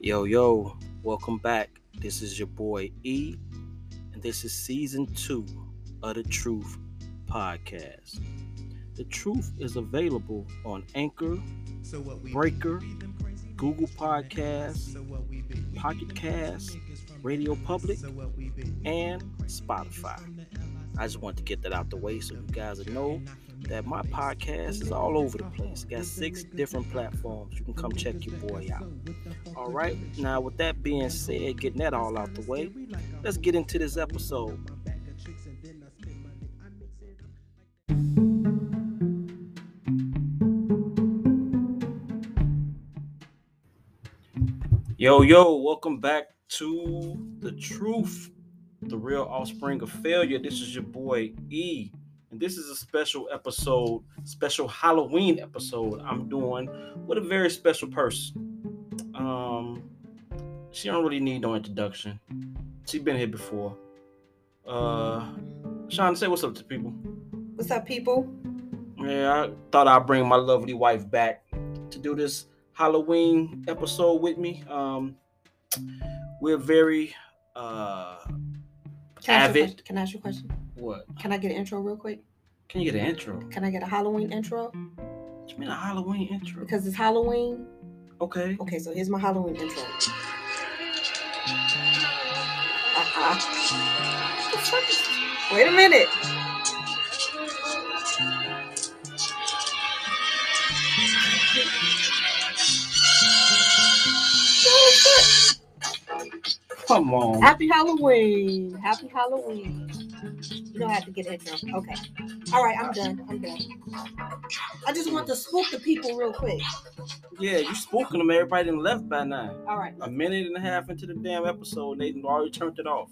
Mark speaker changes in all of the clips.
Speaker 1: Yo, yo, welcome back. This is your boy E, and this is season two of the Truth Podcast. The Truth is available on Anchor,
Speaker 2: So what we
Speaker 1: Breaker, Google
Speaker 2: Google
Speaker 1: Podcasts,
Speaker 2: Podcasts, Pocket
Speaker 1: Pocket Casts,
Speaker 2: Cast,
Speaker 1: Radio Public,
Speaker 2: and
Speaker 1: and Spotify. I just want to get that out the way so you guys know that my podcast is all over the place. Got six different platforms. You can come check your boy out. All right, now with that being said, getting that all out the way, let's get into this episode. Yo, yo, welcome back to The Truth, the real offspring of failure. This is your boy E, and this is a special episode, special Halloween episode I'm doing with a very special person. Um, she don't really need no introduction. She been here before. Uh, Sean, say what's up to people.
Speaker 3: What's up, people?
Speaker 1: Yeah, I thought I'd bring my lovely wife back to do this Halloween episode with me. Um, we're very uh,
Speaker 3: Can I ask you
Speaker 1: Avid.
Speaker 3: a question? Can I ask you a question?
Speaker 1: what?
Speaker 3: Can I get an intro real quick?
Speaker 1: Can you get an intro? What
Speaker 3: Can I get a Halloween intro?
Speaker 1: you mean a Halloween intro?
Speaker 3: Because it's Halloween.
Speaker 1: Okay.
Speaker 3: Okay, so here's my Halloween intro. Uh-uh. The fuck is- Wait a minute.
Speaker 1: Come on.
Speaker 3: Happy Halloween. Happy Halloween. You don't have to get intro. Okay. All right, I'm done. I'm done. I just want to spook the people real quick.
Speaker 1: Yeah, you spooking them. Everybody done left by now.
Speaker 3: All right.
Speaker 1: A minute and a half into the damn episode, they done already turned it off.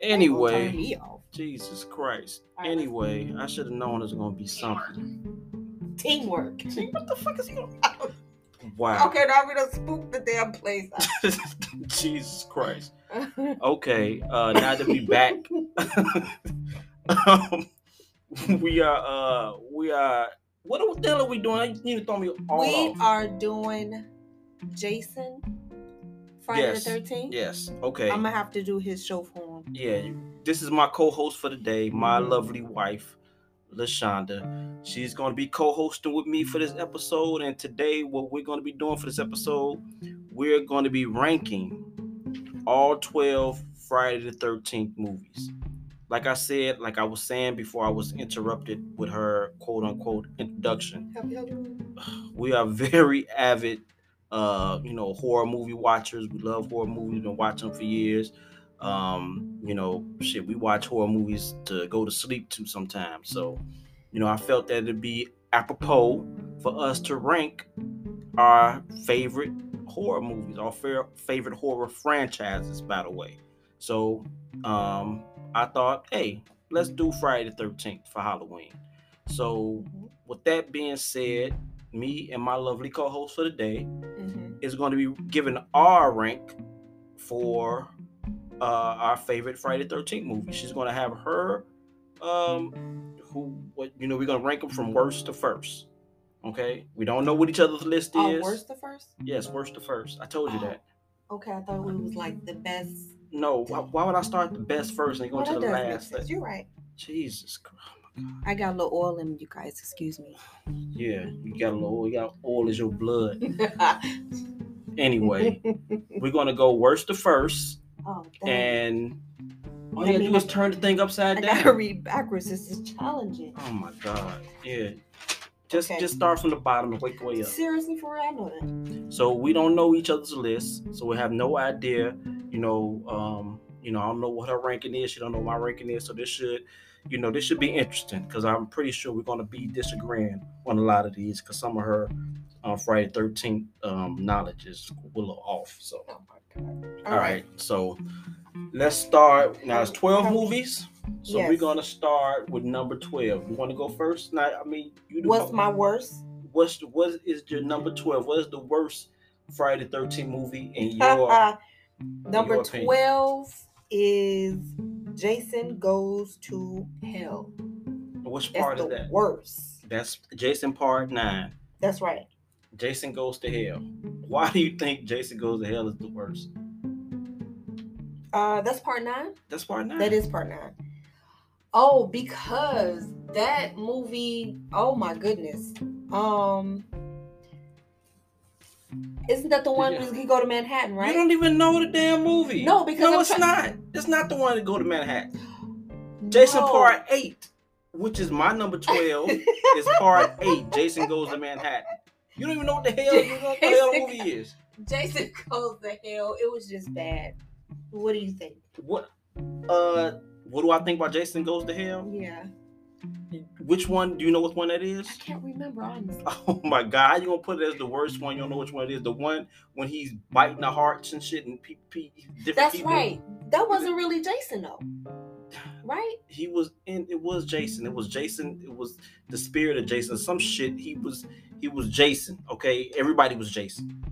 Speaker 1: Anyway.
Speaker 3: Turn me off.
Speaker 1: Jesus Christ.
Speaker 3: All right.
Speaker 1: Anyway, I should have known there's gonna be something.
Speaker 3: Teamwork. what the fuck is going on?
Speaker 1: Wow.
Speaker 3: Okay, now we done spooked the damn place.
Speaker 1: Jesus Christ.
Speaker 3: out.
Speaker 1: Okay, uh now that we back. um, we are uh we are what the hell are we doing? You need to throw me all
Speaker 3: we
Speaker 1: off.
Speaker 3: are doing Jason Friday
Speaker 1: Yes,
Speaker 3: the 13th.
Speaker 1: yes, okay.
Speaker 3: I'm gonna have to do his show for him.
Speaker 1: yeah, you- this is my co-host for the day, my lovely wife, Lashonda. She's gonna be co-hosting with me for this episode, and today what we're gonna be doing for this episode, we're gonna be ranking all 12 Friday the 13th movies. Like I said, like I was saying before I was interrupted with her quote unquote introduction.
Speaker 3: Happy Halloween.
Speaker 1: We are very avid, uh, you know, horror movie watchers. We love horror movies. Been watching them for years. Um, you know, shit, we watch horror movies to go to sleep to sometimes. So, you know, I felt that it'd be apropos for us to rank our favorite horror movies, our fair, favorite horror franchises, by the way. So, um, I thought, hey, let's do Friday the 13th for Halloween. So, with that being said, me and my lovely co-host for the day
Speaker 3: Mhm.
Speaker 1: is going to be given our rank for uh, our favorite Friday Thirteenth movie. She's going to have her, um, who what you know we're going to rank them from worst to first. Okay, we don't know what each other's list
Speaker 3: Oh,
Speaker 1: is.
Speaker 3: worst the first?
Speaker 1: Yes, worst to first. I told you
Speaker 3: Oh.
Speaker 1: that.
Speaker 3: Okay, I thought we was like the best.
Speaker 1: No, why, why would I start the best first and go
Speaker 3: Well,
Speaker 1: to
Speaker 3: that
Speaker 1: the
Speaker 3: does make
Speaker 1: last?
Speaker 3: sense. You're right.
Speaker 1: Jesus Christ.
Speaker 3: I got a little oil in me, you guys. Excuse me.
Speaker 1: Yeah, you got a little. You got oil is your blood. Anyway, we're gonna go worst to first.
Speaker 3: oh, dang.
Speaker 1: and all you gotta do is turn the thing upside
Speaker 3: I gotta
Speaker 1: down.
Speaker 3: read backwards. This is challenging.
Speaker 1: Oh my god, yeah. Just
Speaker 3: Okay.
Speaker 1: just start from the bottom and work your way up.
Speaker 3: Seriously, for real, I know that.
Speaker 1: So we don't know each other's lists, so we have no idea. You know, um, you know, I don't know what her ranking is. She don't know what my ranking is. So this should, you know, this should be interesting because I'm pretty sure we're gonna be disagreeing on a lot of these because some of her uh, Friday Thirteenth um, knowledge is a little off. So
Speaker 3: Oh my god.
Speaker 1: all right, so let's start. Now it's twelve
Speaker 3: How-
Speaker 1: movies. So we're
Speaker 3: Yes.
Speaker 1: gonna start with number twelve. You want to go first? Not, I mean, you do.
Speaker 3: What's my worst?
Speaker 1: what's what is your number twelve? What is the worst Friday Thirteen movie in your
Speaker 3: Uh-uh. Number
Speaker 1: your opinion.
Speaker 3: 12 is Jason Goes to Hell.
Speaker 1: which
Speaker 3: That's
Speaker 1: part
Speaker 3: the
Speaker 1: is that?
Speaker 3: worst.
Speaker 1: That's Jason Part Nine.
Speaker 3: That's right.
Speaker 1: Jason goes to hell. Why do you think Jason Goes to Hell is the worst?
Speaker 3: Uh, that's part nine.
Speaker 1: That's part nine.
Speaker 3: That is part nine. Oh, because that movie. Oh my goodness. Um, isn't that the one
Speaker 1: Yeah.
Speaker 3: where he go to Manhattan,
Speaker 1: You
Speaker 3: right?
Speaker 1: don't even know the damn movie.
Speaker 3: No, because
Speaker 1: no,
Speaker 3: I'm
Speaker 1: it's
Speaker 3: try-
Speaker 1: not. It's not the one that go to Manhattan. Jason
Speaker 3: No.
Speaker 1: Part Eight, which is my number twelve, is Part Eight. Jason Goes to Manhattan. You don't even know what the hell you know what the hell the
Speaker 3: Jason-
Speaker 1: movie is.
Speaker 3: Jason goes to hell. It was just bad. What do you think?
Speaker 1: What? Uh, what do I think about Jason Goes to Hell?
Speaker 3: Yeah,
Speaker 1: Which one? Do you know which one that is?
Speaker 3: I can't remember honestly.
Speaker 1: Oh my god, how you gonna put it as the worst one? You don't know which one it is. The one when he's biting the hearts and shit and pe- pe- different
Speaker 3: That's
Speaker 1: people.
Speaker 3: right. That wasn't really Jason though, right?
Speaker 1: He was in it was Jason. It was Jason, it was the spirit of Jason. Some shit. He was he was Jason. Okay. Everybody was Jason.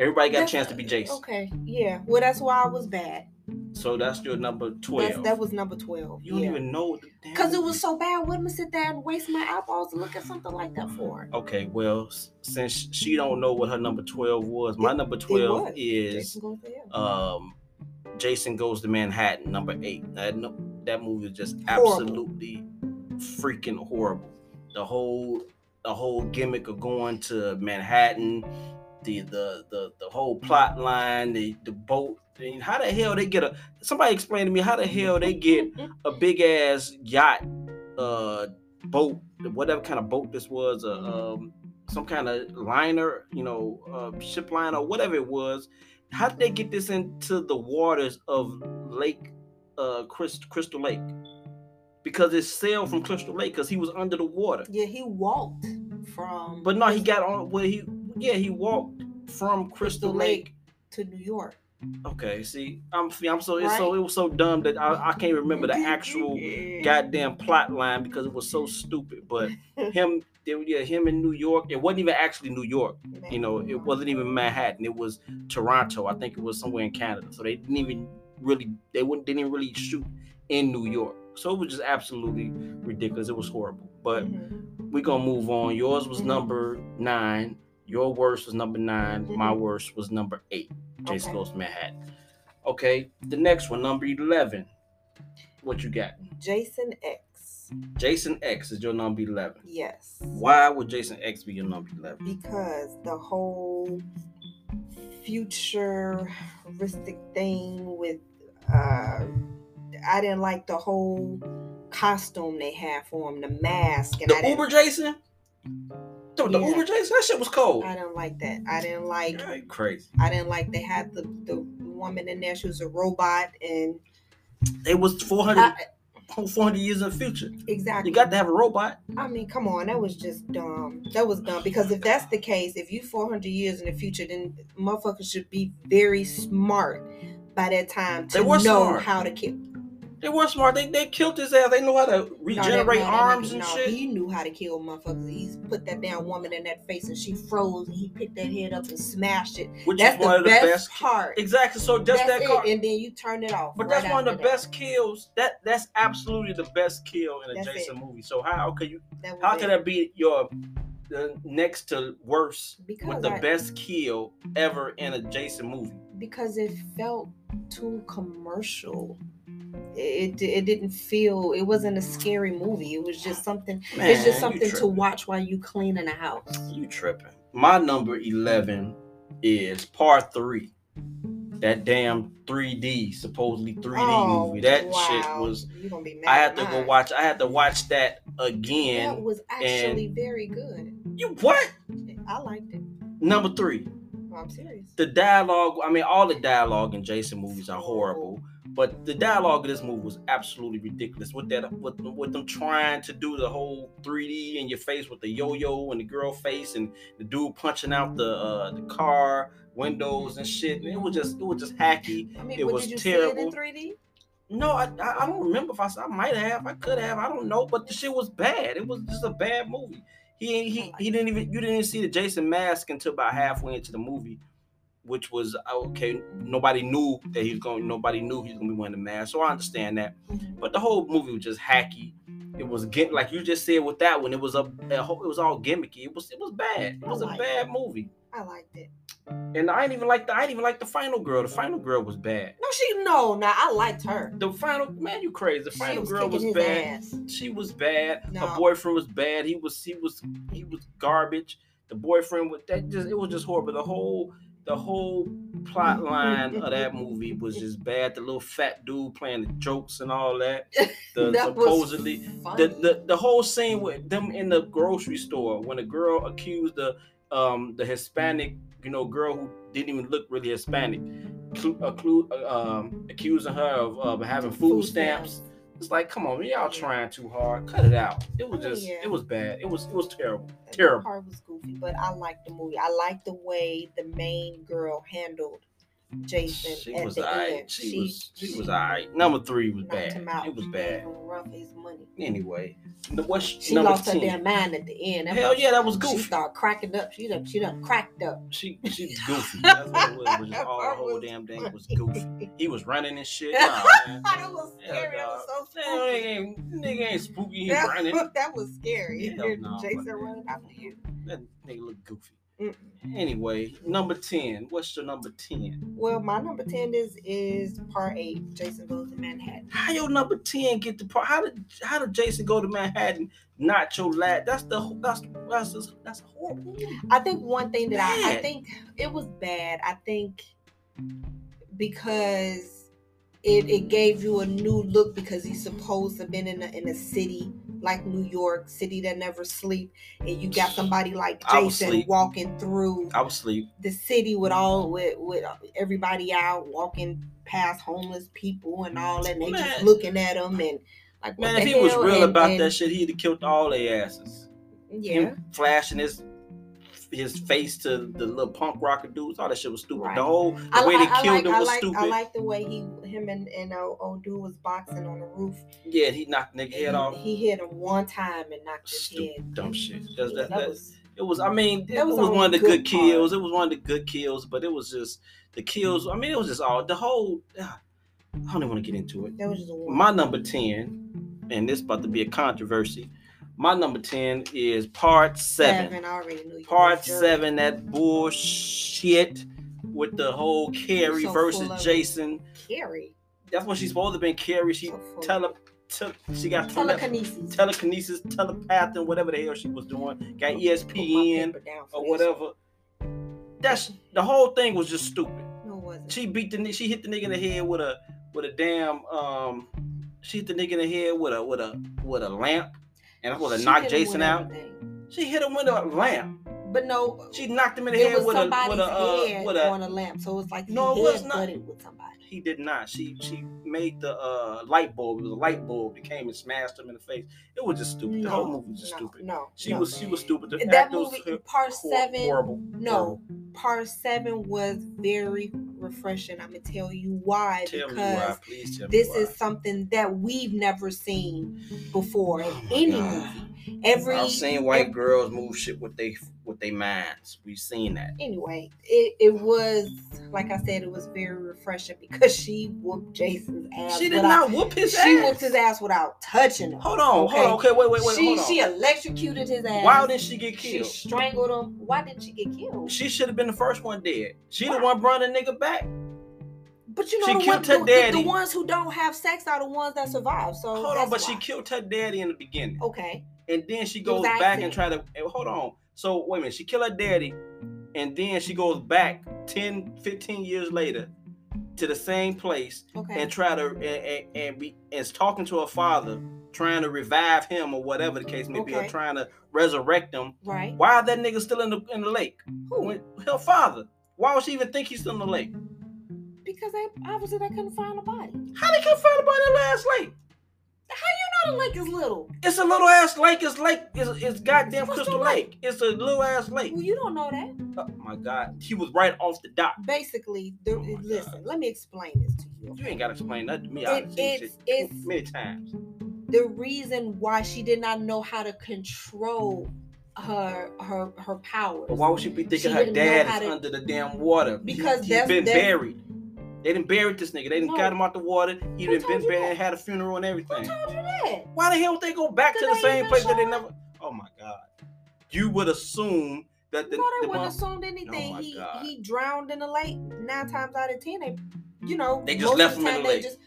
Speaker 1: Everybody got a
Speaker 3: That's-
Speaker 1: chance to be Jason.
Speaker 3: Okay, yeah. Well, that's why I was bad.
Speaker 1: So that's your number
Speaker 3: That's,
Speaker 1: twelve.
Speaker 3: that was number twelve.
Speaker 1: you don't
Speaker 3: yeah.
Speaker 1: even know what the damn-
Speaker 3: Cause it was so bad. What am I sit there and waste my eyeballs to look at something like that for?
Speaker 1: Okay, well, s- since she don't know what her number twelve was, my
Speaker 3: It-
Speaker 1: number
Speaker 3: it
Speaker 1: twelve
Speaker 3: was.
Speaker 1: is
Speaker 3: Jason goes to hell.
Speaker 1: um Jason Goes to Manhattan, number eight. That no, that movie is just
Speaker 3: Horrible.
Speaker 1: absolutely freaking horrible. The whole the whole gimmick of going to Manhattan, the the the, the whole plot line, the the boat. thing. How the hell they get a somebody explain to me how the hell they get a big ass yacht uh boat whatever kind of boat this was uh, um some kind of liner you know uh, ship liner whatever it was how did they get this into the waters of lake uh Chris, crystal lake because it sailed from crystal lake because he was under the water
Speaker 3: Yeah, he walked from
Speaker 1: but no he got on well he yeah he walked from crystal
Speaker 3: Crystal
Speaker 1: lake
Speaker 3: Lake. to New York.
Speaker 1: okay see i'm i'm so it's so it was so dumb that i, I can't remember the actual goddamn plot line because it was so stupid. But him, they, were- yeah, him in New York, it wasn't even actually New York. You know, it wasn't even Manhattan. It was Toronto. I think it was somewhere in Canada. So they didn't even really, they wouldn't, they didn't really shoot in New York. So it was just absolutely ridiculous. It was horrible. But
Speaker 3: Mhm.
Speaker 1: we're gonna move on. Yours was
Speaker 3: Mhm.
Speaker 1: number nine. Your worst was number 9 My
Speaker 3: Mhm.
Speaker 1: worst was number eight. Jason
Speaker 3: Okay.
Speaker 1: goes to Manhattan. Okay, the next one, number eleven. What you got?
Speaker 3: Jason X.
Speaker 1: Jason X is your number 11.
Speaker 3: Yes.
Speaker 1: Why would Jason X be your number 11?
Speaker 3: Because the whole futuristic thing with uh I didn't like the whole costume they had for him, the mask and I
Speaker 1: The
Speaker 3: didn't
Speaker 1: Uber Jason? Dude, the
Speaker 3: Yeah.
Speaker 1: Uber Jason? That shit was cold.
Speaker 3: I didn't like that. I didn't like
Speaker 1: Yeah, you crazy.
Speaker 3: I didn't like they had the, the woman in there. She was a robot and
Speaker 1: They was 400,
Speaker 3: I,
Speaker 1: 400 years in the future.
Speaker 3: exactly.
Speaker 1: You got to have a robot.
Speaker 3: I mean, come on, that was just dumb. That was dumb because if that's the case, if you 400 years in the future, then motherfuckers should be very smart by that time to
Speaker 1: They were
Speaker 3: know
Speaker 1: smart.
Speaker 3: how to kill.
Speaker 1: They were smart. They, they killed his ass. They know how to
Speaker 3: No, that-
Speaker 1: regenerate
Speaker 3: no, that
Speaker 1: arms
Speaker 3: nigga-
Speaker 1: and
Speaker 3: no,
Speaker 1: shit.
Speaker 3: He knew how to kill motherfuckers. He put that damn woman in that face and she froze. And he picked that head up and smashed it.
Speaker 1: which
Speaker 3: that's
Speaker 1: is one
Speaker 3: the,
Speaker 1: of the
Speaker 3: best,
Speaker 1: best.
Speaker 3: part.
Speaker 1: Exactly. So just
Speaker 3: That's
Speaker 1: that car.
Speaker 3: it. And then you turn it off.
Speaker 1: But
Speaker 3: right
Speaker 1: that's one of the
Speaker 3: after that.
Speaker 1: best kills. That that's absolutely the best kill in a
Speaker 3: That's
Speaker 1: Jason movie. So how okay you
Speaker 3: That was
Speaker 1: how
Speaker 3: it.
Speaker 1: can that be your the next to worst
Speaker 3: because
Speaker 1: with the
Speaker 3: I-
Speaker 1: best kill ever in a Jason movie.
Speaker 3: because it felt too commercial. It, it it didn't feel it wasn't a scary movie. It was just something. it's just something to watch while you clean in a house.
Speaker 1: You tripping? My number eleven is part three. That damn 3D, supposedly 3D
Speaker 3: Oh,
Speaker 1: movie. That shit
Speaker 3: wow.
Speaker 1: was.
Speaker 3: You're gonna be mad.
Speaker 1: I had
Speaker 3: at
Speaker 1: to go
Speaker 3: mine.
Speaker 1: watch. I had to watch that again.
Speaker 3: That was actually very good.
Speaker 1: you what?
Speaker 3: I liked it.
Speaker 1: Number three.
Speaker 3: I'm serious.
Speaker 1: The dialogue. I mean, all the dialogue in Jason movies are horrible. But the dialogue of this movie was absolutely ridiculous. With that, with, with them trying to do the whole 3D in your face with the yo-yo and the girl face and the dude punching out the uh, the car windows and shit. And it was just it was just hacky.
Speaker 3: I mean,
Speaker 1: It
Speaker 3: but
Speaker 1: was
Speaker 3: did you see it
Speaker 1: terrible.
Speaker 3: in 3D?
Speaker 1: No, I I I don't remember if I said I might have, I could have, I don't know. But the shit was bad. It was just a bad movie. He ain't- he he didn't even you didn't even see the Jason mask until about halfway into the movie. Which was uh, okay. Nobody knew that he was going. Nobody knew he was going to be wearing the mask. So I understand that. But the whole movie was just hacky. It was get like you just said with that one. It was a, a whole, it was all gimmicky. It was it was bad. It was a
Speaker 3: Alright.
Speaker 1: bad movie.
Speaker 3: I liked it.
Speaker 1: And I didn't even like the I didn't even like the final girl. The final girl was bad.
Speaker 3: No, she no, nah, I liked her.
Speaker 1: The final man, you crazy. The
Speaker 3: She
Speaker 1: final
Speaker 3: was
Speaker 1: girl
Speaker 3: kicking
Speaker 1: was
Speaker 3: his
Speaker 1: bad.
Speaker 3: ass.
Speaker 1: She was bad.
Speaker 3: No.
Speaker 1: Her boyfriend was bad. He was he was he was garbage. The boyfriend was that just it was just horrible. The whole the whole plot line of that movie was just bad. The little fat dude playing the jokes and all that. The
Speaker 3: That was
Speaker 1: supposedly
Speaker 3: funny.
Speaker 1: the, the the whole scene with them in the grocery store when the girl accused the um the Hispanic you know girl who didn't even look really Hispanic, clu- acclu- uh, um, accusing her of, of having food stamps. It's like, come on, man, y'all trying too hard. Cut it out. It was
Speaker 3: Oh,
Speaker 1: just,
Speaker 3: yeah.
Speaker 1: it was bad. It was, it was terrible.
Speaker 3: That
Speaker 1: Terrible.
Speaker 3: part was goofy, but I liked the movie. I liked the way the main girl handled Jason
Speaker 1: She
Speaker 3: at
Speaker 1: was
Speaker 3: the
Speaker 1: alright.
Speaker 3: end.
Speaker 1: She, was, she was alright. Number three was
Speaker 3: knocked
Speaker 1: bad.
Speaker 3: him out.
Speaker 1: It was
Speaker 3: She
Speaker 1: bad.
Speaker 3: gonna Run for his money.
Speaker 1: Anyway, the- what's
Speaker 3: She
Speaker 1: number
Speaker 3: lost her
Speaker 1: 10?
Speaker 3: damn mind at the end. That
Speaker 1: Hell yeah, that was
Speaker 3: mother- She
Speaker 1: goofy.
Speaker 3: started cracking up. She done, she done cracked up.
Speaker 1: She, she was goofy. That's what it was. It was just
Speaker 3: That
Speaker 1: all the
Speaker 3: part
Speaker 1: whole
Speaker 3: was
Speaker 1: damn thing was
Speaker 3: funny.
Speaker 1: goofy. He was running and shit. Nah,
Speaker 3: That
Speaker 1: man.
Speaker 3: was
Speaker 1: Hell,
Speaker 3: scary. That was so
Speaker 1: dog. Damn,
Speaker 3: spooky.
Speaker 1: nigga ain't, nigga ain't spooky. He running.
Speaker 3: That, that was scary.
Speaker 1: Hell no,
Speaker 3: Jason
Speaker 1: but-
Speaker 3: running after you.
Speaker 1: That nigga look goofy.
Speaker 3: Mm.
Speaker 1: Anyway, number ten. What's your number ten?
Speaker 3: Well, my number ten is is part eight. Jason goes to Manhattan.
Speaker 1: How your number ten get the part? How did how did Jason go to Manhattan? Not your lad. That's the that's that's just, that's horrible.
Speaker 3: I think one thing that I, I
Speaker 1: Bad.
Speaker 3: think it was bad. I think because it, it gave you a new look because he's supposed to have been in a, in a city like New York, city that never sleep, and you got somebody like
Speaker 1: I was
Speaker 3: Jason
Speaker 1: asleep.
Speaker 3: walking through
Speaker 1: I was asleep.
Speaker 3: the city with all with with everybody out walking past homeless people and all that, and they just
Speaker 1: Man.
Speaker 3: looking at him and like what
Speaker 1: Man,
Speaker 3: the
Speaker 1: if he was
Speaker 3: hell?
Speaker 1: real
Speaker 3: And-
Speaker 1: about
Speaker 3: and-
Speaker 1: that shit, he'd have killed all their asses.
Speaker 3: Yeah,
Speaker 1: Him flashing his his face to the little punk rocker dudes. All that shit was stupid.
Speaker 3: Right.
Speaker 1: The whole the
Speaker 3: I,
Speaker 1: way
Speaker 3: li-
Speaker 1: they
Speaker 3: I,
Speaker 1: killed
Speaker 3: like,
Speaker 1: him
Speaker 3: I
Speaker 1: was
Speaker 3: like
Speaker 1: stupid.
Speaker 3: I like the way he him and and uh, old dude was boxing on the roof.
Speaker 1: yeah, he knocked nigga head off.
Speaker 3: He hit him one time and knocked his
Speaker 1: Stupid
Speaker 3: head.
Speaker 1: dumb shit. That's-
Speaker 3: Yeah,
Speaker 1: that- that- It was. I mean, it
Speaker 3: That was
Speaker 1: was,
Speaker 3: only
Speaker 1: one of the
Speaker 3: good
Speaker 1: good, kills. It was one of the good kills, but it was just the kills. I mean, it was just all the whole. ah, I don't even want to get into it.
Speaker 3: that was just a one.
Speaker 1: My number ten, and this about to be a controversy. My number ten is part seven.
Speaker 3: I already knew. you
Speaker 1: Part
Speaker 3: was jerk.
Speaker 1: seven. That bullshit with the whole Carrie
Speaker 3: so
Speaker 1: versus
Speaker 3: full of it.
Speaker 1: Jason.
Speaker 3: Carrie.
Speaker 1: That's when she's supposed to been Carrie. She
Speaker 3: So full.
Speaker 1: tele, took. She got tele,
Speaker 3: telekinesis.
Speaker 1: telekinesis, telepath, and whatever the hell she was doing. Got E
Speaker 3: Put my
Speaker 1: ESPN
Speaker 3: paper down for
Speaker 1: or
Speaker 3: this.
Speaker 1: whatever. That's the whole thing was just stupid.
Speaker 3: No, it wasn't.
Speaker 1: She beat the ni- she hit the nigga in the head with a with a damn um she hit the nigga in the head with a with a with a lamp and I'm gonna
Speaker 3: She
Speaker 1: knock
Speaker 3: hit him
Speaker 1: Jason
Speaker 3: with
Speaker 1: out.
Speaker 3: everything.
Speaker 1: She hit him with a lamp.
Speaker 3: But no,
Speaker 1: She knocked him in the
Speaker 3: it
Speaker 1: head
Speaker 3: was
Speaker 1: with a
Speaker 3: somebody's
Speaker 1: with a uh,
Speaker 3: head
Speaker 1: with a
Speaker 3: on a lamp, so it was like
Speaker 1: No,
Speaker 3: he
Speaker 1: it was
Speaker 3: head
Speaker 1: not.
Speaker 3: butted with somebody.
Speaker 1: he did not. She she made the uh light bulb. It was a light bulb that came and smashed him in the face. It was just stupid. the
Speaker 3: No,
Speaker 1: whole movie was just
Speaker 3: no,
Speaker 1: stupid.
Speaker 3: No,
Speaker 1: She
Speaker 3: no.
Speaker 1: was she was stupid. The
Speaker 3: that
Speaker 1: actor was
Speaker 3: movie.
Speaker 1: hor-
Speaker 3: Part
Speaker 1: hor-
Speaker 3: seven.
Speaker 1: horrible.
Speaker 3: No, part seven was very refreshing. I'm gonna tell you why
Speaker 1: Tell me
Speaker 3: because
Speaker 1: why, please tell
Speaker 3: this
Speaker 1: me why.
Speaker 3: is something that we've never seen before in
Speaker 1: Oh my
Speaker 3: any
Speaker 1: God.
Speaker 3: movie. Every
Speaker 1: I've seen white
Speaker 3: ev-
Speaker 1: girls move shit with they with their minds. We've seen that.
Speaker 3: anyway, it, it was like I said, it was very refreshing because she whooped Jason's ass.
Speaker 1: She did not
Speaker 3: without-
Speaker 1: whoop his
Speaker 3: she
Speaker 1: ass.
Speaker 3: whooped his ass without touching him.
Speaker 1: Hold on, hold on. Okay, wait, wait, wait.
Speaker 3: she
Speaker 1: hold on.
Speaker 3: she electrocuted his ass.
Speaker 1: Why did she get
Speaker 3: she
Speaker 1: killed?
Speaker 3: strangled him. Why didn't she get killed?
Speaker 1: She should have been the first one dead. She the
Speaker 3: Why?
Speaker 1: one brought the nigga back.
Speaker 3: But you know,
Speaker 1: She
Speaker 3: the,
Speaker 1: killed
Speaker 3: one,
Speaker 1: her
Speaker 3: the- the- the
Speaker 1: daddy.
Speaker 3: ones who don't have sex are the ones that survive. So
Speaker 1: Hold on,
Speaker 3: Oh, that's
Speaker 1: but
Speaker 3: why.
Speaker 1: she killed her daddy in the beginning,
Speaker 3: Okay.
Speaker 1: and then she
Speaker 3: It
Speaker 1: goes
Speaker 3: was
Speaker 1: back and try to eh, hold on. So wait a minute, she killed her daddy, and then she goes back 10, 15 years later to the same place
Speaker 3: Okay.
Speaker 1: and try to and, and, and be and is talking to her father, trying to revive him or whatever the case may be, or
Speaker 3: Okay.
Speaker 1: trying to resurrect him.
Speaker 3: right.
Speaker 1: Why is that nigga still in the in the lake?
Speaker 3: Who?
Speaker 1: When- Her father. Why would she even think he's still in the lake?
Speaker 3: Because they obviously they couldn't find a body.
Speaker 1: How they can't find him in the last lake?
Speaker 3: How you know the lake is little?
Speaker 1: It's a little ass lake. It's lake. It's, it's goddamn
Speaker 3: What's
Speaker 1: Crystal
Speaker 3: the
Speaker 1: Lake. It's a little ass lake.
Speaker 3: Well, you don't know that.
Speaker 1: Oh my god, he was right off the dock.
Speaker 3: Basically, the,
Speaker 1: Oh my God.
Speaker 3: listen. Let me explain this to you.
Speaker 1: You ain't gotta explain that to me.
Speaker 3: It-
Speaker 1: I've seen
Speaker 3: it's-
Speaker 1: shit
Speaker 3: it's-
Speaker 1: many times.
Speaker 3: The reason why she did not know how to control her her her powers.
Speaker 1: But why would she be thinking
Speaker 3: She
Speaker 1: her
Speaker 3: didn't know
Speaker 1: dad
Speaker 3: how
Speaker 1: is
Speaker 3: to-
Speaker 1: under the damn water?
Speaker 3: Because
Speaker 1: he, has
Speaker 3: that's-
Speaker 1: been
Speaker 3: that's-
Speaker 1: buried. They didn't bury this nigga. They didn't got
Speaker 3: No.
Speaker 1: him out the water. He
Speaker 3: Who
Speaker 1: didn't
Speaker 3: told
Speaker 1: been
Speaker 3: you
Speaker 1: buried,
Speaker 3: that?
Speaker 1: had a funeral and
Speaker 3: Who
Speaker 1: everything.
Speaker 3: told you that?
Speaker 1: Why the hell would they go back to
Speaker 3: Did
Speaker 1: the
Speaker 3: they
Speaker 1: same
Speaker 3: even
Speaker 1: place that they
Speaker 3: show it?
Speaker 1: never? Oh my god! You would assume That the,
Speaker 3: no, they
Speaker 1: the
Speaker 3: wouldn't
Speaker 1: mom-
Speaker 3: assumed anything.
Speaker 1: my
Speaker 3: he
Speaker 1: God.
Speaker 3: he drowned in the lake. Nine times out of ten, they, you know,
Speaker 1: They just
Speaker 3: most of
Speaker 1: left
Speaker 3: the
Speaker 1: him in
Speaker 3: time
Speaker 1: the
Speaker 3: they
Speaker 1: lake.
Speaker 3: Just,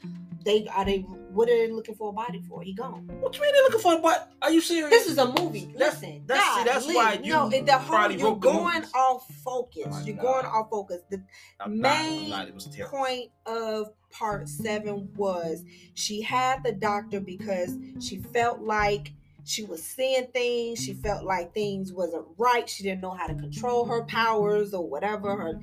Speaker 3: they are they. What are they looking for a body for? He gone.
Speaker 1: what you mean they looking for? But are you serious?
Speaker 3: This is a movie.
Speaker 1: That's-
Speaker 3: Listen,
Speaker 1: that's- see, that's
Speaker 3: golly.
Speaker 1: why you
Speaker 3: no. it- The whole
Speaker 1: probably
Speaker 3: you're
Speaker 1: wrote the
Speaker 3: going
Speaker 1: movies.
Speaker 3: off focus.
Speaker 1: My
Speaker 3: you're
Speaker 1: God.
Speaker 3: going off focus. The
Speaker 1: I'm not, I'm
Speaker 3: main
Speaker 1: not, it was terrible.
Speaker 3: point of part seven was she had the doctor because she felt like she was seeing things she felt like things wasn't right she didn't know how to control her powers or whatever her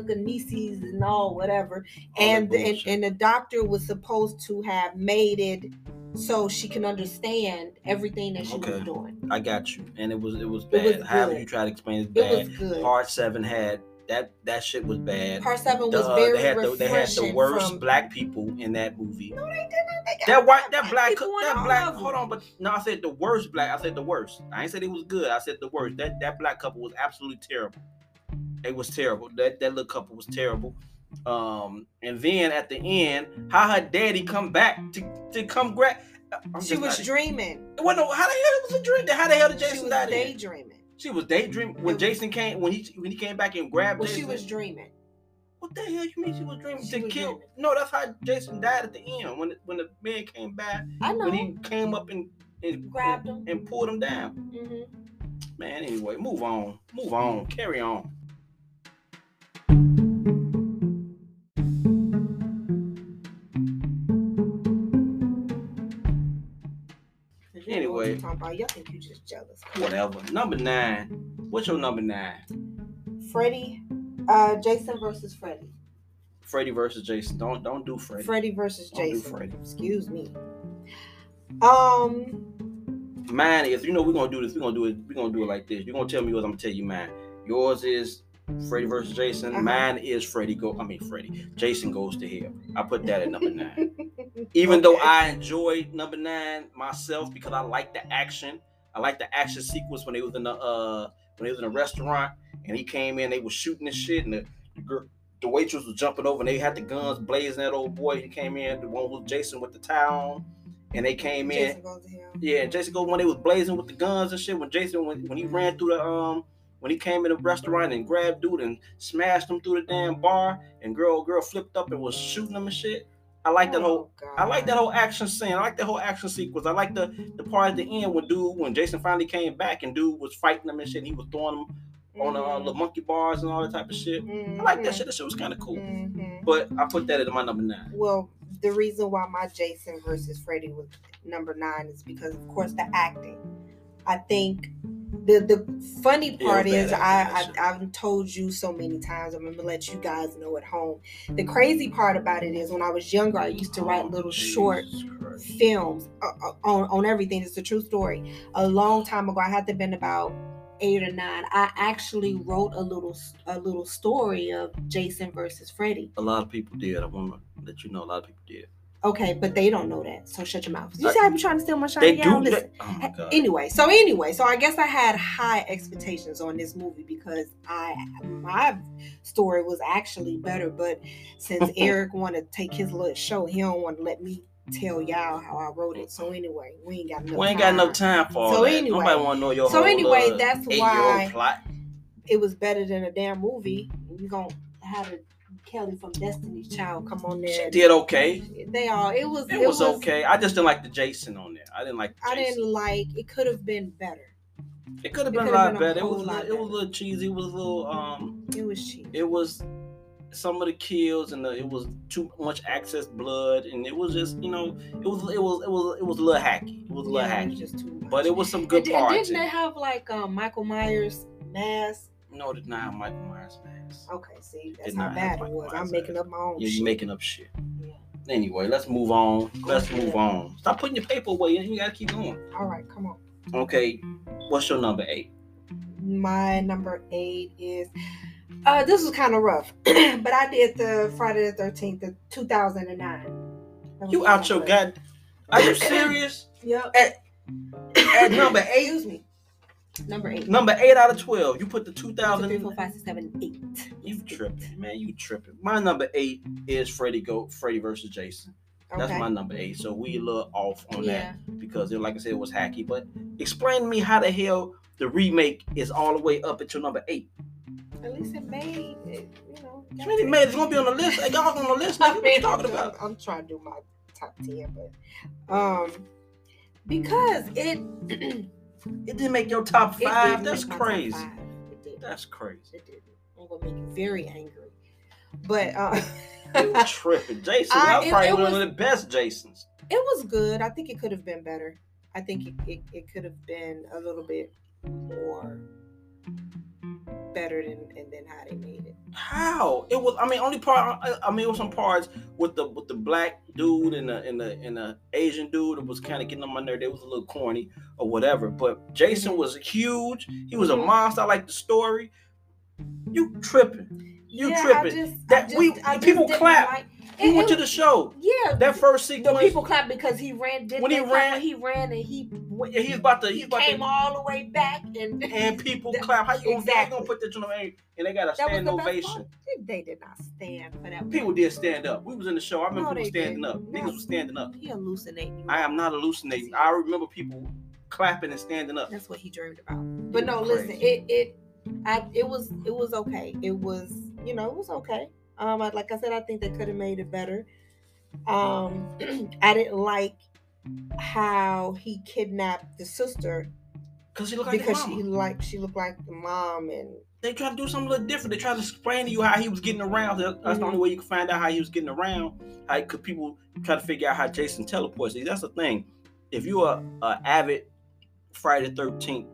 Speaker 3: telekinesis and all whatever
Speaker 1: All that
Speaker 3: and, and
Speaker 1: bullshit.
Speaker 3: and the doctor was supposed to have made it so she can understand everything that she was
Speaker 1: Okay.
Speaker 3: doing
Speaker 1: I got you, and it was it was bad.
Speaker 3: was
Speaker 1: However
Speaker 3: good.
Speaker 1: you try to explain it,
Speaker 3: it
Speaker 1: bad.
Speaker 3: was good
Speaker 1: Part seven had that that shit was bad.
Speaker 3: part seven was
Speaker 1: The-
Speaker 3: very
Speaker 1: they had the, they had the
Speaker 3: refreshing
Speaker 1: worst
Speaker 3: from-
Speaker 1: black people in that movie.
Speaker 3: No, they did not. They got
Speaker 1: That white,
Speaker 3: black
Speaker 1: that black,
Speaker 3: people in
Speaker 1: that
Speaker 3: all
Speaker 1: black.
Speaker 3: of 'em.
Speaker 1: Hold on, but no, I said the worst black. I said the worst. I ain't said it was good. I said the worst. That that black couple was absolutely terrible. They was terrible. That that little couple was terrible. Um, and then at the end, how her daddy come back to to come grab. I'm
Speaker 3: she
Speaker 1: just
Speaker 3: was
Speaker 1: not-
Speaker 3: dreaming.
Speaker 1: Well, no, how the hell it was a dream? How the hell did
Speaker 3: she
Speaker 1: Jason
Speaker 3: was
Speaker 1: die? then?
Speaker 3: daydreaming.
Speaker 1: She was daydreaming when Jason came when he when he came back and grabbed.
Speaker 3: Well, she
Speaker 1: Jason.
Speaker 3: was dreaming.
Speaker 1: What the hell you mean she was dreaming
Speaker 3: She
Speaker 1: to
Speaker 3: was
Speaker 1: kill?
Speaker 3: dreaming.
Speaker 1: No, that's how Jason died at the end when the, when the man came back
Speaker 3: I know.
Speaker 1: when he came up and and
Speaker 3: Grabbed him.
Speaker 1: and pulled him down.
Speaker 3: Mhm.
Speaker 1: Man, anyway, move on, move on, carry on.
Speaker 3: You don't know what
Speaker 1: Anyway.
Speaker 3: you're talking about. Y'all think you just jealous.
Speaker 1: Whatever. Number nine. What's your number nine?
Speaker 3: Freddy, uh, Jason versus Freddy.
Speaker 1: Freddy versus Jason. Don't don't do Freddy.
Speaker 3: Freddy versus
Speaker 1: Don't do
Speaker 3: Jason.
Speaker 1: Freddy.
Speaker 3: Excuse me. Um,
Speaker 1: Mine is you know we're gonna do this. We're gonna do it. We're gonna do it like this. You're gonna tell me yours. I'm gonna tell you mine. Yours is Freddy versus Jason.
Speaker 3: Uh-huh.
Speaker 1: Mine is Freddy go. I mean Freddy. Jason goes to hell. I put that at number nine. even though
Speaker 3: Okay.
Speaker 1: I enjoyed number nine myself because I like the action. I like the action sequence when they was in the uh when they was in the restaurant and he came in, they was shooting and shit, and the, the girl the waitress was jumping over and they had the guns blazing at old boy. He came in, the one with Jason with the town, and they came in.
Speaker 3: Jason goes to hell.
Speaker 1: Yeah, and Jason go when they was blazing with the guns and shit. When Jason when, when he ran through the um when he came in the restaurant and grabbed dude and smashed him through the damn bar and girl girl flipped up and was shooting him and shit. I like that whole
Speaker 3: Oh,
Speaker 1: I like
Speaker 3: God.
Speaker 1: that whole action scene. I like the whole action sequence. I like the the part at the end when dude when Jason finally came back and dude was fighting him and shit. And he was throwing him on
Speaker 3: Mm-hmm.
Speaker 1: the uh, little monkey bars and all that type of shit.
Speaker 3: Mhm.
Speaker 1: I like that shit. That shit was kind of cool.
Speaker 3: Mhm.
Speaker 1: But I put that at my number nine.
Speaker 3: Well, the reason why my Jason versus Freddy was number nine is because, of course, the acting. I think the the funny
Speaker 1: Yeah,
Speaker 3: part
Speaker 1: it was
Speaker 3: is
Speaker 1: bad
Speaker 3: I,
Speaker 1: acting,
Speaker 3: I I've told you so many times. I'm gonna let you guys know at home. The crazy part about it is when I was younger, I used to
Speaker 1: Oh,
Speaker 3: write little short films uh, uh, on on everything. It's a true story. A long time ago, I had to have been about eight or nine. I actually wrote a little a little story of Jason versus Freddy.
Speaker 1: A lot of people did. I want to let you know. A lot of people did.
Speaker 3: Okay, but they don't know that. So shut your mouth. You
Speaker 1: I-
Speaker 3: see how you trying to steal my shine?
Speaker 1: They
Speaker 3: Yeah, I don't
Speaker 1: do.
Speaker 3: listen.
Speaker 1: They, oh my god.
Speaker 3: Anyway, so anyway, so I guess I had high expectations on this movie because I my story was actually better, but since Eric want to take his little show, he don't want to let me tell y'all how I wrote it. So anyway, we ain't got no.
Speaker 1: We ain't got no time for all
Speaker 3: So
Speaker 1: that.
Speaker 3: anyway-
Speaker 1: Nobody want to know your
Speaker 3: So
Speaker 1: whole,
Speaker 3: anyway,
Speaker 1: uh,
Speaker 3: that's
Speaker 1: eight-year-old
Speaker 3: why-
Speaker 1: plot.
Speaker 3: It was better than a damn movie. You gonna have a Kelly from Destiny's Child come on
Speaker 1: She
Speaker 3: there?
Speaker 1: did okay.
Speaker 3: They all. It was.
Speaker 1: It, was, okay. I just didn't like the Jason on there. I didn't like. The
Speaker 3: I
Speaker 1: Jason.
Speaker 3: didn't like. It could have been better.
Speaker 1: It could have
Speaker 3: It
Speaker 1: been a
Speaker 3: coulda
Speaker 1: lot
Speaker 3: been a
Speaker 1: better. It
Speaker 3: whole
Speaker 1: was a
Speaker 3: lot
Speaker 1: little- it was a little cheesy. It was a little um.
Speaker 3: It was cheap.
Speaker 1: It was some of the kills and the, it was too much excess blood and it was just you know it was it was it was it was a little hacky. It was a little
Speaker 3: Yeah, it was
Speaker 1: hacky,
Speaker 3: just too much.
Speaker 1: but it was some good
Speaker 3: and,
Speaker 1: parts.
Speaker 3: didn't they have like um, Michael Myers mask?
Speaker 1: no, it did not have Michael Myers mask.
Speaker 3: Okay, see, that's
Speaker 1: Did
Speaker 3: how
Speaker 1: not have
Speaker 3: bad it
Speaker 1: Michael
Speaker 3: was. I'm
Speaker 1: Myers
Speaker 3: making
Speaker 1: mask.
Speaker 3: up my own
Speaker 1: You're
Speaker 3: Oh, shit.
Speaker 1: making up shit.
Speaker 3: Yeah.
Speaker 1: Anyway, let's move on. Let's
Speaker 3: ahead.
Speaker 1: move on. Stop putting your paper away. You gotta keep going.
Speaker 3: All right, come on.
Speaker 1: Okay, what's your number eight?
Speaker 3: My number eight is. Uh, this was kind of rough, but I did the Friday the Thirteenth, of two thousand and nine.
Speaker 1: You out your god? Are you serious?
Speaker 3: Yep.
Speaker 1: at- at number eight?
Speaker 3: Excuse me. Number eight.
Speaker 1: Number eight out of twelve. You put the two
Speaker 3: One, two,
Speaker 1: thousand.
Speaker 3: three, four, five, six, seven, eight.
Speaker 1: You tripping, man. You tripping. My number eight is Freddy Go Freddy versus Jason. That's
Speaker 3: Okay.
Speaker 1: my number eight. So we a little off on
Speaker 3: yeah.
Speaker 1: that because it, like I said, it was hacky. But explain to me how the hell the remake is all the way up until number eight.
Speaker 3: At least it made it, you know.
Speaker 1: It's really mad. It's gonna be on the list. It got on the list. Like, what you talking
Speaker 3: I'm,
Speaker 1: about?
Speaker 3: I'm trying to do my top ten, but um, because it it
Speaker 1: It didn't make your top five.
Speaker 3: didn't
Speaker 1: That's
Speaker 3: make my top
Speaker 1: crazy.
Speaker 3: five. It did.
Speaker 1: That's crazy.
Speaker 3: It did. I'm gonna make you very angry, but uh,
Speaker 1: You were tripping, Jason.
Speaker 3: I-
Speaker 1: That was
Speaker 3: it-
Speaker 1: probably
Speaker 3: it
Speaker 1: one of
Speaker 3: was-
Speaker 1: the best Jasons.
Speaker 3: it was good. I think it could have been better. I think it, it, it could have been a little bit more better than and then how they made it.
Speaker 1: How it was? I mean, only part. I, I mean, it was some parts with the with the black dude and the and the and the Asian dude. It was kind of getting on my nerve. They was a little corny or whatever. But Jason was huge. He was a
Speaker 3: Mhm.
Speaker 1: monster. I like the story. You tripping? You
Speaker 3: yeah, I
Speaker 1: tripping?
Speaker 3: just,
Speaker 1: That-
Speaker 3: I just,
Speaker 1: we-
Speaker 3: I
Speaker 1: the
Speaker 3: just
Speaker 1: people
Speaker 3: didn't
Speaker 1: clapped.
Speaker 3: Like,
Speaker 1: You
Speaker 3: it-
Speaker 1: went
Speaker 3: it-
Speaker 1: to the show.
Speaker 3: yeah.
Speaker 1: That first
Speaker 3: the
Speaker 1: sequence.
Speaker 3: people clapped because he ran. Did
Speaker 1: When
Speaker 3: they
Speaker 1: he
Speaker 3: clap
Speaker 1: ran-
Speaker 3: he ran and he went,
Speaker 1: Yeah, he's about to. He's
Speaker 3: he
Speaker 1: about
Speaker 3: came
Speaker 1: to.
Speaker 3: all the way back and
Speaker 1: And people clap. How you gonna, how you gonna
Speaker 3: Exactly.
Speaker 1: put that? You know, and they got a
Speaker 3: That was
Speaker 1: stand
Speaker 3: the best part.
Speaker 1: ovation.
Speaker 3: They did not stand for that.
Speaker 1: People did stand up. We was in the show. I remember
Speaker 3: No,
Speaker 1: people
Speaker 3: they
Speaker 1: standing
Speaker 3: didn't.
Speaker 1: up.
Speaker 3: No.
Speaker 1: Niggas was standing up.
Speaker 3: He hallucinating.
Speaker 1: I am not hallucinating. I remember people clapping and standing up.
Speaker 3: That's what he dreamed about. But no,
Speaker 1: Crazy.
Speaker 3: listen, it it I it was it was okay. It was you know it was okay. Um, I, like I said, I think they could have made it better. Um, I didn't like how he kidnapped the sister
Speaker 1: Cause she looked like his
Speaker 3: because she
Speaker 1: mama.
Speaker 3: like she looked like the mom and
Speaker 1: They tried to do something a little different. They tried to explain to you how he was getting around. That- That's the
Speaker 3: Mhm.
Speaker 1: only way you can find out how he was getting around. How could people try to figure out how Jason teleports? See, that's the thing. If you're a, a avid Friday Thirteenth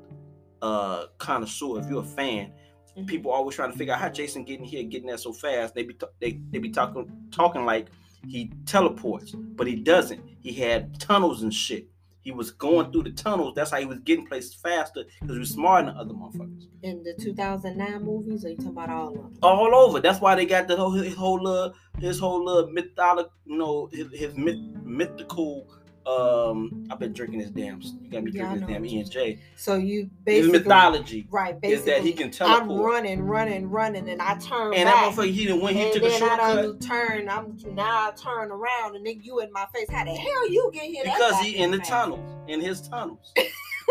Speaker 1: uh, connoisseur, if you're a fan,
Speaker 3: Mhm.
Speaker 1: people always trying to figure out how Jason getting here, getting there so fast. They be t- they they be talking talking like he teleports, but he doesn't. He had tunnels and shit. He was going through the tunnels. That's how he was getting places faster because he was smarter than other motherfuckers
Speaker 3: in the 2009 movies. Are you talking about all of them?
Speaker 1: all over. That's why they got the whole his whole uh, his whole uh, mythological, you know, his, his myth, mythical. Um, I've been drinking this damn. You got me
Speaker 3: Yeah, I
Speaker 1: drinking this
Speaker 3: know
Speaker 1: damn
Speaker 3: what you-
Speaker 1: E and J.
Speaker 3: So you
Speaker 1: His
Speaker 3: basically
Speaker 1: mythology
Speaker 3: right
Speaker 1: is
Speaker 3: basically
Speaker 1: that he can
Speaker 3: I'm
Speaker 1: teleport,
Speaker 3: running, running, running, and I turn
Speaker 1: and
Speaker 3: back.
Speaker 1: that motherfucker he didn't win. He
Speaker 3: and
Speaker 1: took a
Speaker 3: then I
Speaker 1: shortcut
Speaker 3: done turn. I'm now I turn around and then you in my face. How the hell you get here? that
Speaker 1: because he in the
Speaker 3: goddamn
Speaker 1: tunnels, in his tunnels.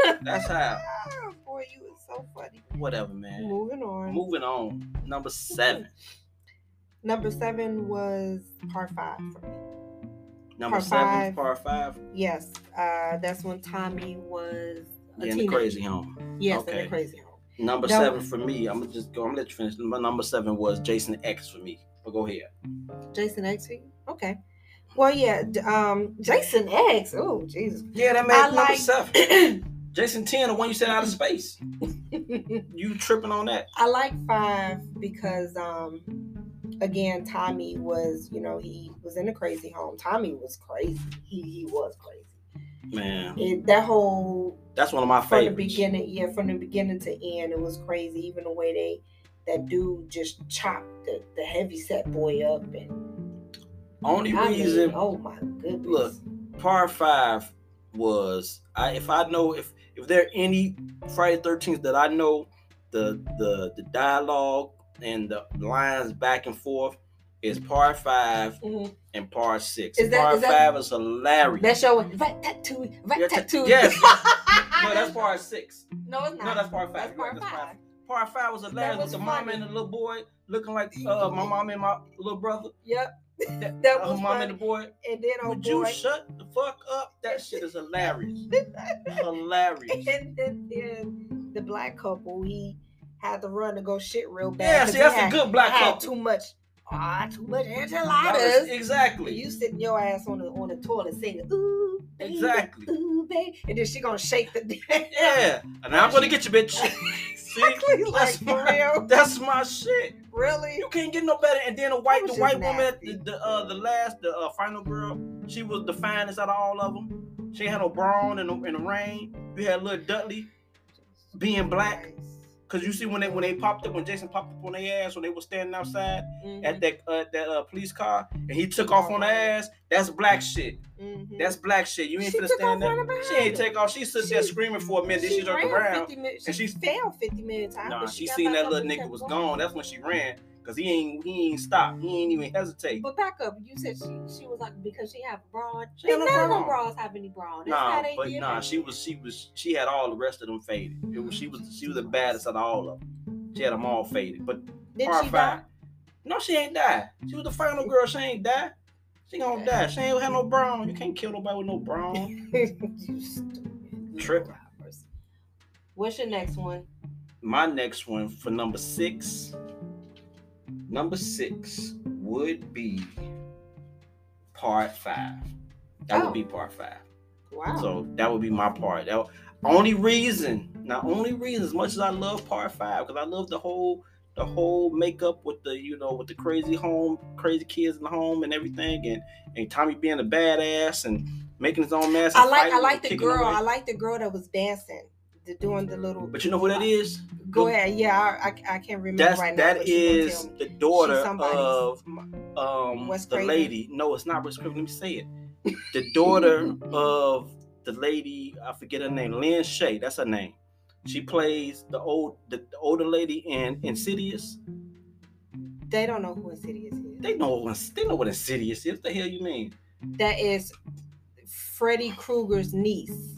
Speaker 3: fast?
Speaker 1: That's how.
Speaker 3: Oh, boy, you is so funny.
Speaker 1: Whatever, man.
Speaker 3: Moving on.
Speaker 1: Moving on. Number seven.
Speaker 3: Number seven was part five for me.
Speaker 1: Number
Speaker 3: Par
Speaker 1: seven.
Speaker 3: five.
Speaker 1: Par five.
Speaker 3: Yes, uh, that's when Tommy was a
Speaker 1: Yeah, in the
Speaker 3: teenager.
Speaker 1: crazy home.
Speaker 3: Yes, in
Speaker 1: Okay.
Speaker 3: the crazy home.
Speaker 1: Number
Speaker 3: That-
Speaker 1: seven for me. I'm gonna just go. I'm gonna let you finish. My number seven was Jason X for me. But go ahead.
Speaker 3: Jason X. Okay. Well, yeah. d- Um, Jason X. Oh, Jesus.
Speaker 1: Yeah, that made
Speaker 3: I
Speaker 1: it number
Speaker 3: like-
Speaker 1: seven. Jason ten, the one you sent out of space. You tripping on that?
Speaker 3: I like five because um again Tommy was, you know, he was in a crazy home. Tommy was crazy. He he was crazy.
Speaker 1: Man,
Speaker 3: It, that whole
Speaker 1: that's one of my
Speaker 3: from the
Speaker 1: favorites.
Speaker 3: beginning, yeah, from the beginning to end, it was crazy. Even the way they that dude just chopped the, the heavy set boy up and
Speaker 1: Only
Speaker 3: I mean,
Speaker 1: reason
Speaker 3: oh my goodness.
Speaker 1: Look. par five was I if I know if if there are any Friday thirteenth that I know the the the dialogue and the lines back and forth is par five
Speaker 3: Mhm.
Speaker 1: and par six.
Speaker 3: Is that-
Speaker 1: par
Speaker 3: is that-
Speaker 1: five is hilarious.
Speaker 3: That's your rat tattoo,
Speaker 1: Yeah,
Speaker 3: rat
Speaker 1: ta-
Speaker 3: tattoo.
Speaker 1: yes. no, that's par six.
Speaker 3: No, it's not.
Speaker 1: No, that's part five.
Speaker 3: That's
Speaker 1: You're right,
Speaker 3: part
Speaker 1: that's part
Speaker 3: five.
Speaker 1: Part five was hilarious
Speaker 3: That
Speaker 1: with
Speaker 3: was
Speaker 1: the mom
Speaker 3: funny.
Speaker 1: and the little boy looking like uh my mom and my little brother.
Speaker 3: Yep.
Speaker 1: That,
Speaker 3: That
Speaker 1: uh,
Speaker 3: was
Speaker 1: mom and
Speaker 3: funny.
Speaker 1: the boy.
Speaker 3: And then oh
Speaker 1: Would
Speaker 3: boy.
Speaker 1: you shut the fuck up? That shit is hilarious. hilarious.
Speaker 3: and then, then the black couple, he had to run to go shit real bad.
Speaker 1: Yeah,
Speaker 3: 'cause
Speaker 1: see,
Speaker 3: he
Speaker 1: that's
Speaker 3: had,
Speaker 1: a good black
Speaker 3: had
Speaker 1: couple.
Speaker 3: too much, ah, too much
Speaker 1: That was-
Speaker 3: enchiladas.
Speaker 1: Exactly.
Speaker 3: You sitting your ass on the on the toilet singing, ooh, baby,
Speaker 1: Exactly.
Speaker 3: ooh, baby, and then she gonna shake the
Speaker 1: yeah. And now I'm gonna get you, bitch. see,
Speaker 3: exactly, like
Speaker 1: that's
Speaker 3: for
Speaker 1: my-
Speaker 3: real,
Speaker 1: that's my shit.
Speaker 3: really.
Speaker 1: You can't get no better. And then the white,
Speaker 3: was
Speaker 1: the
Speaker 3: just
Speaker 1: white woman, the,
Speaker 3: nasty.
Speaker 1: the uh, the last, the uh, final girl, she was the finest out of all of them. She ain't had no brawn in the, in the rain. You had little Dudley being black. Cause you see when they when they popped up when Jason popped up on their ass when they were standing outside at that uh, that uh, police car and he took off on their ass. That's black shit.
Speaker 3: Mhm.
Speaker 1: That's black shit. You ain't
Speaker 3: She
Speaker 1: finna
Speaker 3: took
Speaker 1: stand
Speaker 3: off
Speaker 1: there.
Speaker 3: running
Speaker 1: She ain't
Speaker 3: behind
Speaker 1: take off. She stood there
Speaker 3: She-
Speaker 1: screaming for a minute. Then she, turned
Speaker 3: ran
Speaker 1: around.
Speaker 3: 50 minutes,
Speaker 1: and
Speaker 3: she
Speaker 1: she-
Speaker 3: fell fifty minutes.
Speaker 1: Nah, she seen that little nigga was gone. That's when she ran. because he ain't he ain't stop. He ain't even hesitate.
Speaker 3: But back up, you said she, she was like because she have brawn.
Speaker 1: She had no
Speaker 3: none of them
Speaker 1: brawn.
Speaker 3: bras have any brawn. That's how
Speaker 1: Nah,
Speaker 3: they
Speaker 1: but
Speaker 3: get
Speaker 1: nah,
Speaker 3: it.
Speaker 1: she was she was she had all the rest of them faded. It was she was she was the baddest out of all of them. She had them all faded. But
Speaker 3: Did
Speaker 1: part
Speaker 3: she
Speaker 1: five,
Speaker 3: die?
Speaker 1: no, she ain't die. She was the final girl. She ain't die. She gonna die. She ain't had no brown. You can't kill nobody with no brown.
Speaker 3: you stupid.
Speaker 1: Tripping.
Speaker 3: Robbers. What's your next one?
Speaker 1: My next one for number six. Number six would be part five. That
Speaker 3: Oh.
Speaker 1: would be part five.
Speaker 3: Wow.
Speaker 1: So that would be my part. That only reason, not only reason, as much as I love part five, because I love the whole the whole makeup with the you know with the crazy home, crazy kids in the home and everything, and and Tommy being a badass and making his own mess. and
Speaker 3: I like
Speaker 1: fighting
Speaker 3: I
Speaker 1: and
Speaker 3: like the
Speaker 1: kicking
Speaker 3: girl.
Speaker 1: away.
Speaker 3: I like the girl that was dancing, the, doing the little.
Speaker 1: but you know who that is?
Speaker 3: Go ahead. Yeah, I, I, I can't remember
Speaker 1: That's
Speaker 3: right now.
Speaker 1: that
Speaker 3: but you gonna
Speaker 1: is
Speaker 3: tell me.
Speaker 1: the daughter
Speaker 3: She's somebody's-
Speaker 1: of um
Speaker 3: Wes
Speaker 1: the
Speaker 3: Craven?
Speaker 1: lady. No, it's not West Craven. Let me say it. The daughter of the lady, I forget her name, Lynn Shay. That's her name. She plays the old the, the older lady in Insidious.
Speaker 3: They don't know who Insidious is.
Speaker 1: They know what- they know what Insidious is. the hell you mean?
Speaker 3: that is Freddy Krueger's niece,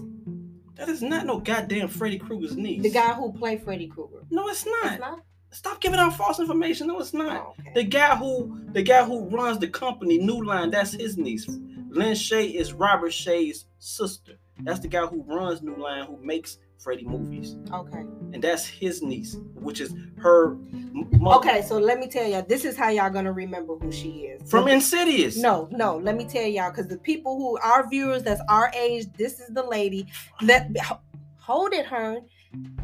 Speaker 1: That is not no goddamn Freddy Krueger's niece.
Speaker 3: the guy who played Freddy Krueger.
Speaker 1: No, it's not.
Speaker 3: It's not.
Speaker 1: Stop giving out false information. No, it's not.
Speaker 3: Oh, okay.
Speaker 1: The guy who the guy who runs the company, New Line, that's his niece. Lynn Shay is Robert Shay's sister. That's the guy who runs New Line, who makes Freddy movies,
Speaker 3: okay.
Speaker 1: and that's his niece, which is her m- mother
Speaker 3: Okay. So let me tell y'all. This is how y'all gonna remember who she is.
Speaker 1: from Insidious.
Speaker 3: No, no. Let me tell y'all, because the people who our viewers that's our age, this is the lady. Let ho- hold it, Hearn.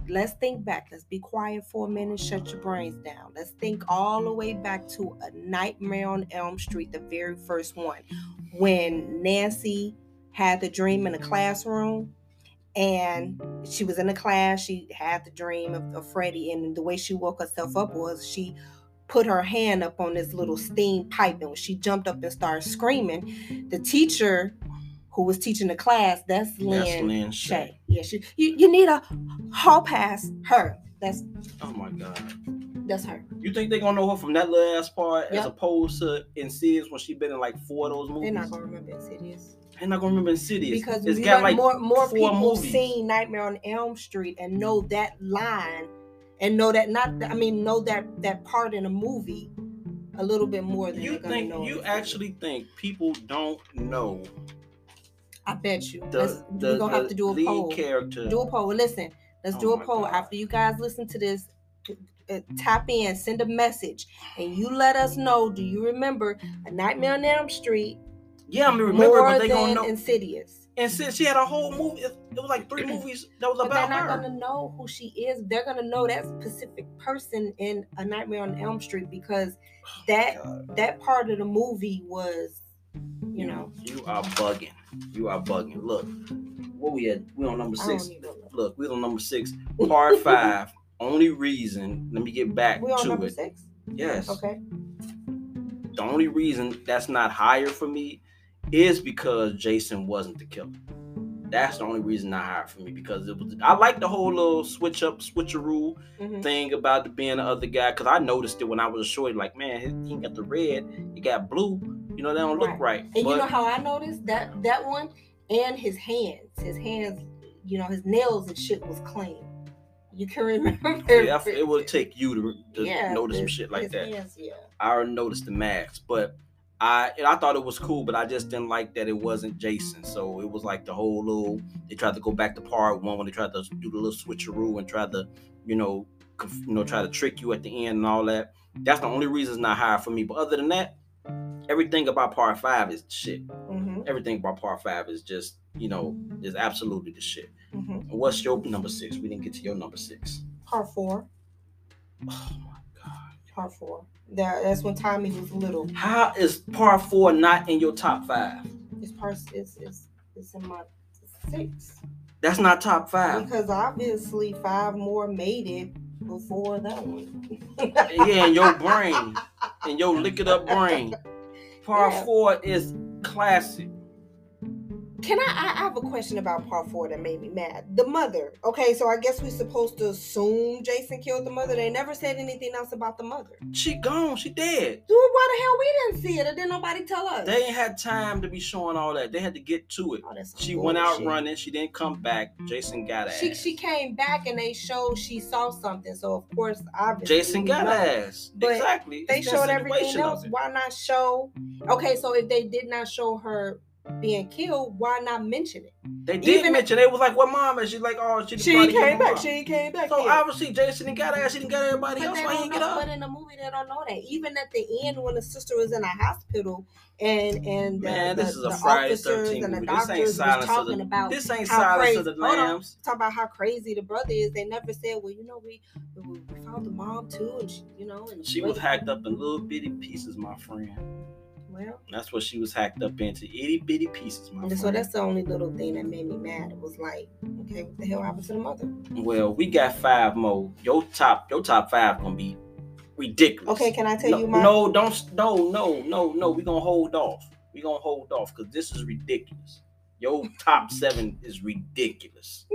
Speaker 3: Let's think back. Let's be quiet for a minute. Shut your brains down. Let's think all the way back to a Nightmare on Elm Street, the very first one, when Nancy had the dream in the classroom. And
Speaker 1: Mm-hmm.
Speaker 3: she was in the class. She had the dream of, of Freddie, and the way she woke herself up was she put her hand up on this little
Speaker 1: Mm-hmm.
Speaker 3: steam pipe and when she jumped up and started screaming the teacher who was teaching the class that's lynn,
Speaker 1: that's Lynn Shay.
Speaker 3: Shay. yeah she you, you need a hall pass her that's
Speaker 1: Oh my god!
Speaker 3: that's her
Speaker 1: You think they gonna know her from that little ass part as
Speaker 3: Yep.
Speaker 1: opposed to Insidious when she been in like four of those movies?
Speaker 3: they're not gonna remember insidious
Speaker 1: They're not gonna remember Insidious
Speaker 3: because
Speaker 1: it's
Speaker 3: we
Speaker 1: got
Speaker 3: got
Speaker 1: like
Speaker 3: more more
Speaker 1: four
Speaker 3: people
Speaker 1: movies. Mm-hmm.
Speaker 3: seen nightmare on elm street and know that line and know that not i mean know that that part in a movie a little bit more than
Speaker 1: you
Speaker 3: they're gonna
Speaker 1: think
Speaker 3: know
Speaker 1: you
Speaker 3: Insidious.
Speaker 1: actually think people don't know
Speaker 3: i bet you
Speaker 1: the,
Speaker 3: Let's-
Speaker 1: the,
Speaker 3: we're gonna have
Speaker 1: the
Speaker 3: to do a
Speaker 1: lead
Speaker 3: poll
Speaker 1: character.
Speaker 3: do a poll. Listen, let's
Speaker 1: Oh
Speaker 3: do a
Speaker 1: my
Speaker 3: poll
Speaker 1: God.
Speaker 3: after you guys listen to this. Uh, tap in, send a message, and you let us
Speaker 1: Mm-hmm.
Speaker 3: know. Do you remember a Nightmare on Elm Street
Speaker 1: yeah, I mean, remember,
Speaker 3: more
Speaker 1: but they
Speaker 3: than
Speaker 1: gonna know.
Speaker 3: Insidious?
Speaker 1: and since she had a whole movie, it, it was like three movies that was
Speaker 3: But they're
Speaker 1: about
Speaker 3: not
Speaker 1: her.
Speaker 3: gonna know who she is. They're gonna know that specific person in a Nightmare on Elm Street because that
Speaker 1: Oh, God.
Speaker 3: that part of the movie was, you know,
Speaker 1: you are bugging. You are bugging. Look, what we at? We on number
Speaker 3: I don't
Speaker 1: six.
Speaker 3: even know.
Speaker 1: Look, we on number six, part five. Only reason. Let me get back
Speaker 3: We on
Speaker 1: to
Speaker 3: number
Speaker 1: it.
Speaker 3: six.
Speaker 1: Yes.
Speaker 3: Okay.
Speaker 1: The only reason that's not higher for me is because Jason wasn't the killer. That's the only reason not higher for me because it was. I like the whole little switch up, switcheroo.
Speaker 3: Mhm.
Speaker 1: thing about the being the other guy because I noticed it when I was a shorty. Like, man, he ain't got the red, he got blue. You know, they don't look right.
Speaker 3: And
Speaker 1: but
Speaker 3: you know how I noticed that that one and his hands, his hands, you know, his nails and shit was clean. You can remember.
Speaker 1: yeah, I- it would take you to, to
Speaker 3: Yeah,
Speaker 1: notice some
Speaker 3: his-
Speaker 1: shit like
Speaker 3: his
Speaker 1: that.
Speaker 3: Hands, yeah.
Speaker 1: I already noticed the mask, but I and I thought it was cool, but I just didn't like that it wasn't Jason. So it was like the whole little. They tried to go back to part one when they tried to do the little switcheroo and tried to, you know, conf, you know, try to trick you at the end and all that. That's the only reason it's not higher for me. But other than that, everything about part five is shit.
Speaker 3: Mm-hmm,
Speaker 1: everything about par five is just you know is absolutely the shit.
Speaker 3: mm-hmm.
Speaker 1: What's your number six? We didn't get to your number six.
Speaker 3: Part four,
Speaker 1: Oh my god! Mm-hmm.
Speaker 3: part four. That, that's when Tommy was little.
Speaker 1: How is par four not in your top five?
Speaker 3: It's part. It's it's it's in my six
Speaker 1: That's not top five.
Speaker 3: because obviously five more made it before that one.
Speaker 1: yeah, in your brain, in your lick it up brain, par
Speaker 3: Yeah.
Speaker 1: four is classic.
Speaker 3: Can I, I? I have a question about part four that made me mad. The mother. Okay, so I guess we're supposed to assume Jason killed the mother. They never said anything else about the mother.
Speaker 1: She gone. She dead.
Speaker 3: Dude, why the hell we didn't see it? Or didn't nobody tell us?
Speaker 1: They ain't had time to be showing all that. They had to get to it.
Speaker 3: Oh, that's some
Speaker 1: She went out
Speaker 3: bullshit.
Speaker 1: running. She didn't come back. Jason got ass.
Speaker 3: She she came back and they showed she saw something. So of course, obviously,
Speaker 1: Jason
Speaker 3: we
Speaker 1: got
Speaker 3: know.
Speaker 1: ass.
Speaker 3: But
Speaker 1: exactly.
Speaker 3: They
Speaker 1: It's that
Speaker 3: showed everything
Speaker 1: situation of
Speaker 3: else.
Speaker 1: it.
Speaker 3: Why not show? Okay, so if they did not show her being killed, why not mention it?
Speaker 1: They did
Speaker 3: Even-
Speaker 1: mention. They was like, "What mom?" And she's like, "Oh, she, the
Speaker 3: She
Speaker 1: body of my
Speaker 3: came back.
Speaker 1: mom."
Speaker 3: She came back.
Speaker 1: so
Speaker 3: yeah.
Speaker 1: obviously Jason didn't got ass. She didn't got everybody
Speaker 3: But
Speaker 1: else.
Speaker 3: they
Speaker 1: Why he
Speaker 3: don't
Speaker 1: didn't get
Speaker 3: know.
Speaker 1: up?
Speaker 3: But in the movie, they don't know that. Even at the end, when the sister was in a hospital, and and the,
Speaker 1: Man,
Speaker 3: the,
Speaker 1: this is a
Speaker 3: the
Speaker 1: Friday
Speaker 3: officers
Speaker 1: 13
Speaker 3: and the
Speaker 1: movie. This ain't
Speaker 3: doctors was
Speaker 1: Silence of the-
Speaker 3: talking about
Speaker 1: This ain't
Speaker 3: how
Speaker 1: silence
Speaker 3: crazy-
Speaker 1: of the
Speaker 3: hold on.
Speaker 1: lambs.
Speaker 3: talk about how crazy the brother is. They never said, well, you know, we we we found the mom too, and she, you know, and
Speaker 1: She was hacked up in little bitty pieces, my friend.
Speaker 3: Well,
Speaker 1: That's what she was hacked up into. Itty bitty pieces, my
Speaker 3: and so
Speaker 1: friend.
Speaker 3: that's the only little thing that made me mad. It was like, okay, what the hell happened to the mother?
Speaker 1: Well, we got five more. Your top, your top five gonna be ridiculous.
Speaker 3: Okay, can I tell
Speaker 1: no,
Speaker 3: you my?
Speaker 1: no, don't, no, no, no, no. We gonna hold off. We gonna hold off because this is ridiculous. Your top seven is ridiculous.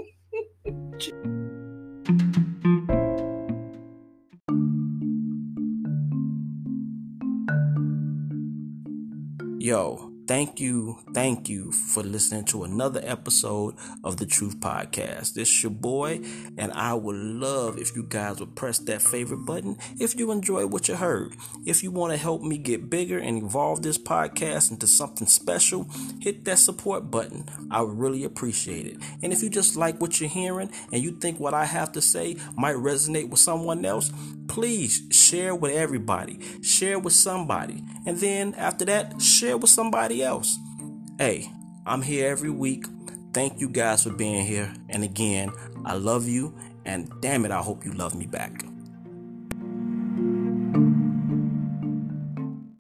Speaker 1: Yo, thank you, thank you for listening to another episode of the Truth Podcast. This is your boy, and I would love if you guys would press that favorite button if you enjoyed what you heard. If you want to help me get bigger and evolve this podcast into something special, hit that support button. I would really appreciate it. And if you just like what you're hearing and you think what I have to say might resonate with someone else, please share with everybody, share with somebody, and then after that, share with somebody else. Hey, I'm here every week. Thank you guys for being here. And again, I love you, and damn it, I hope you love me back.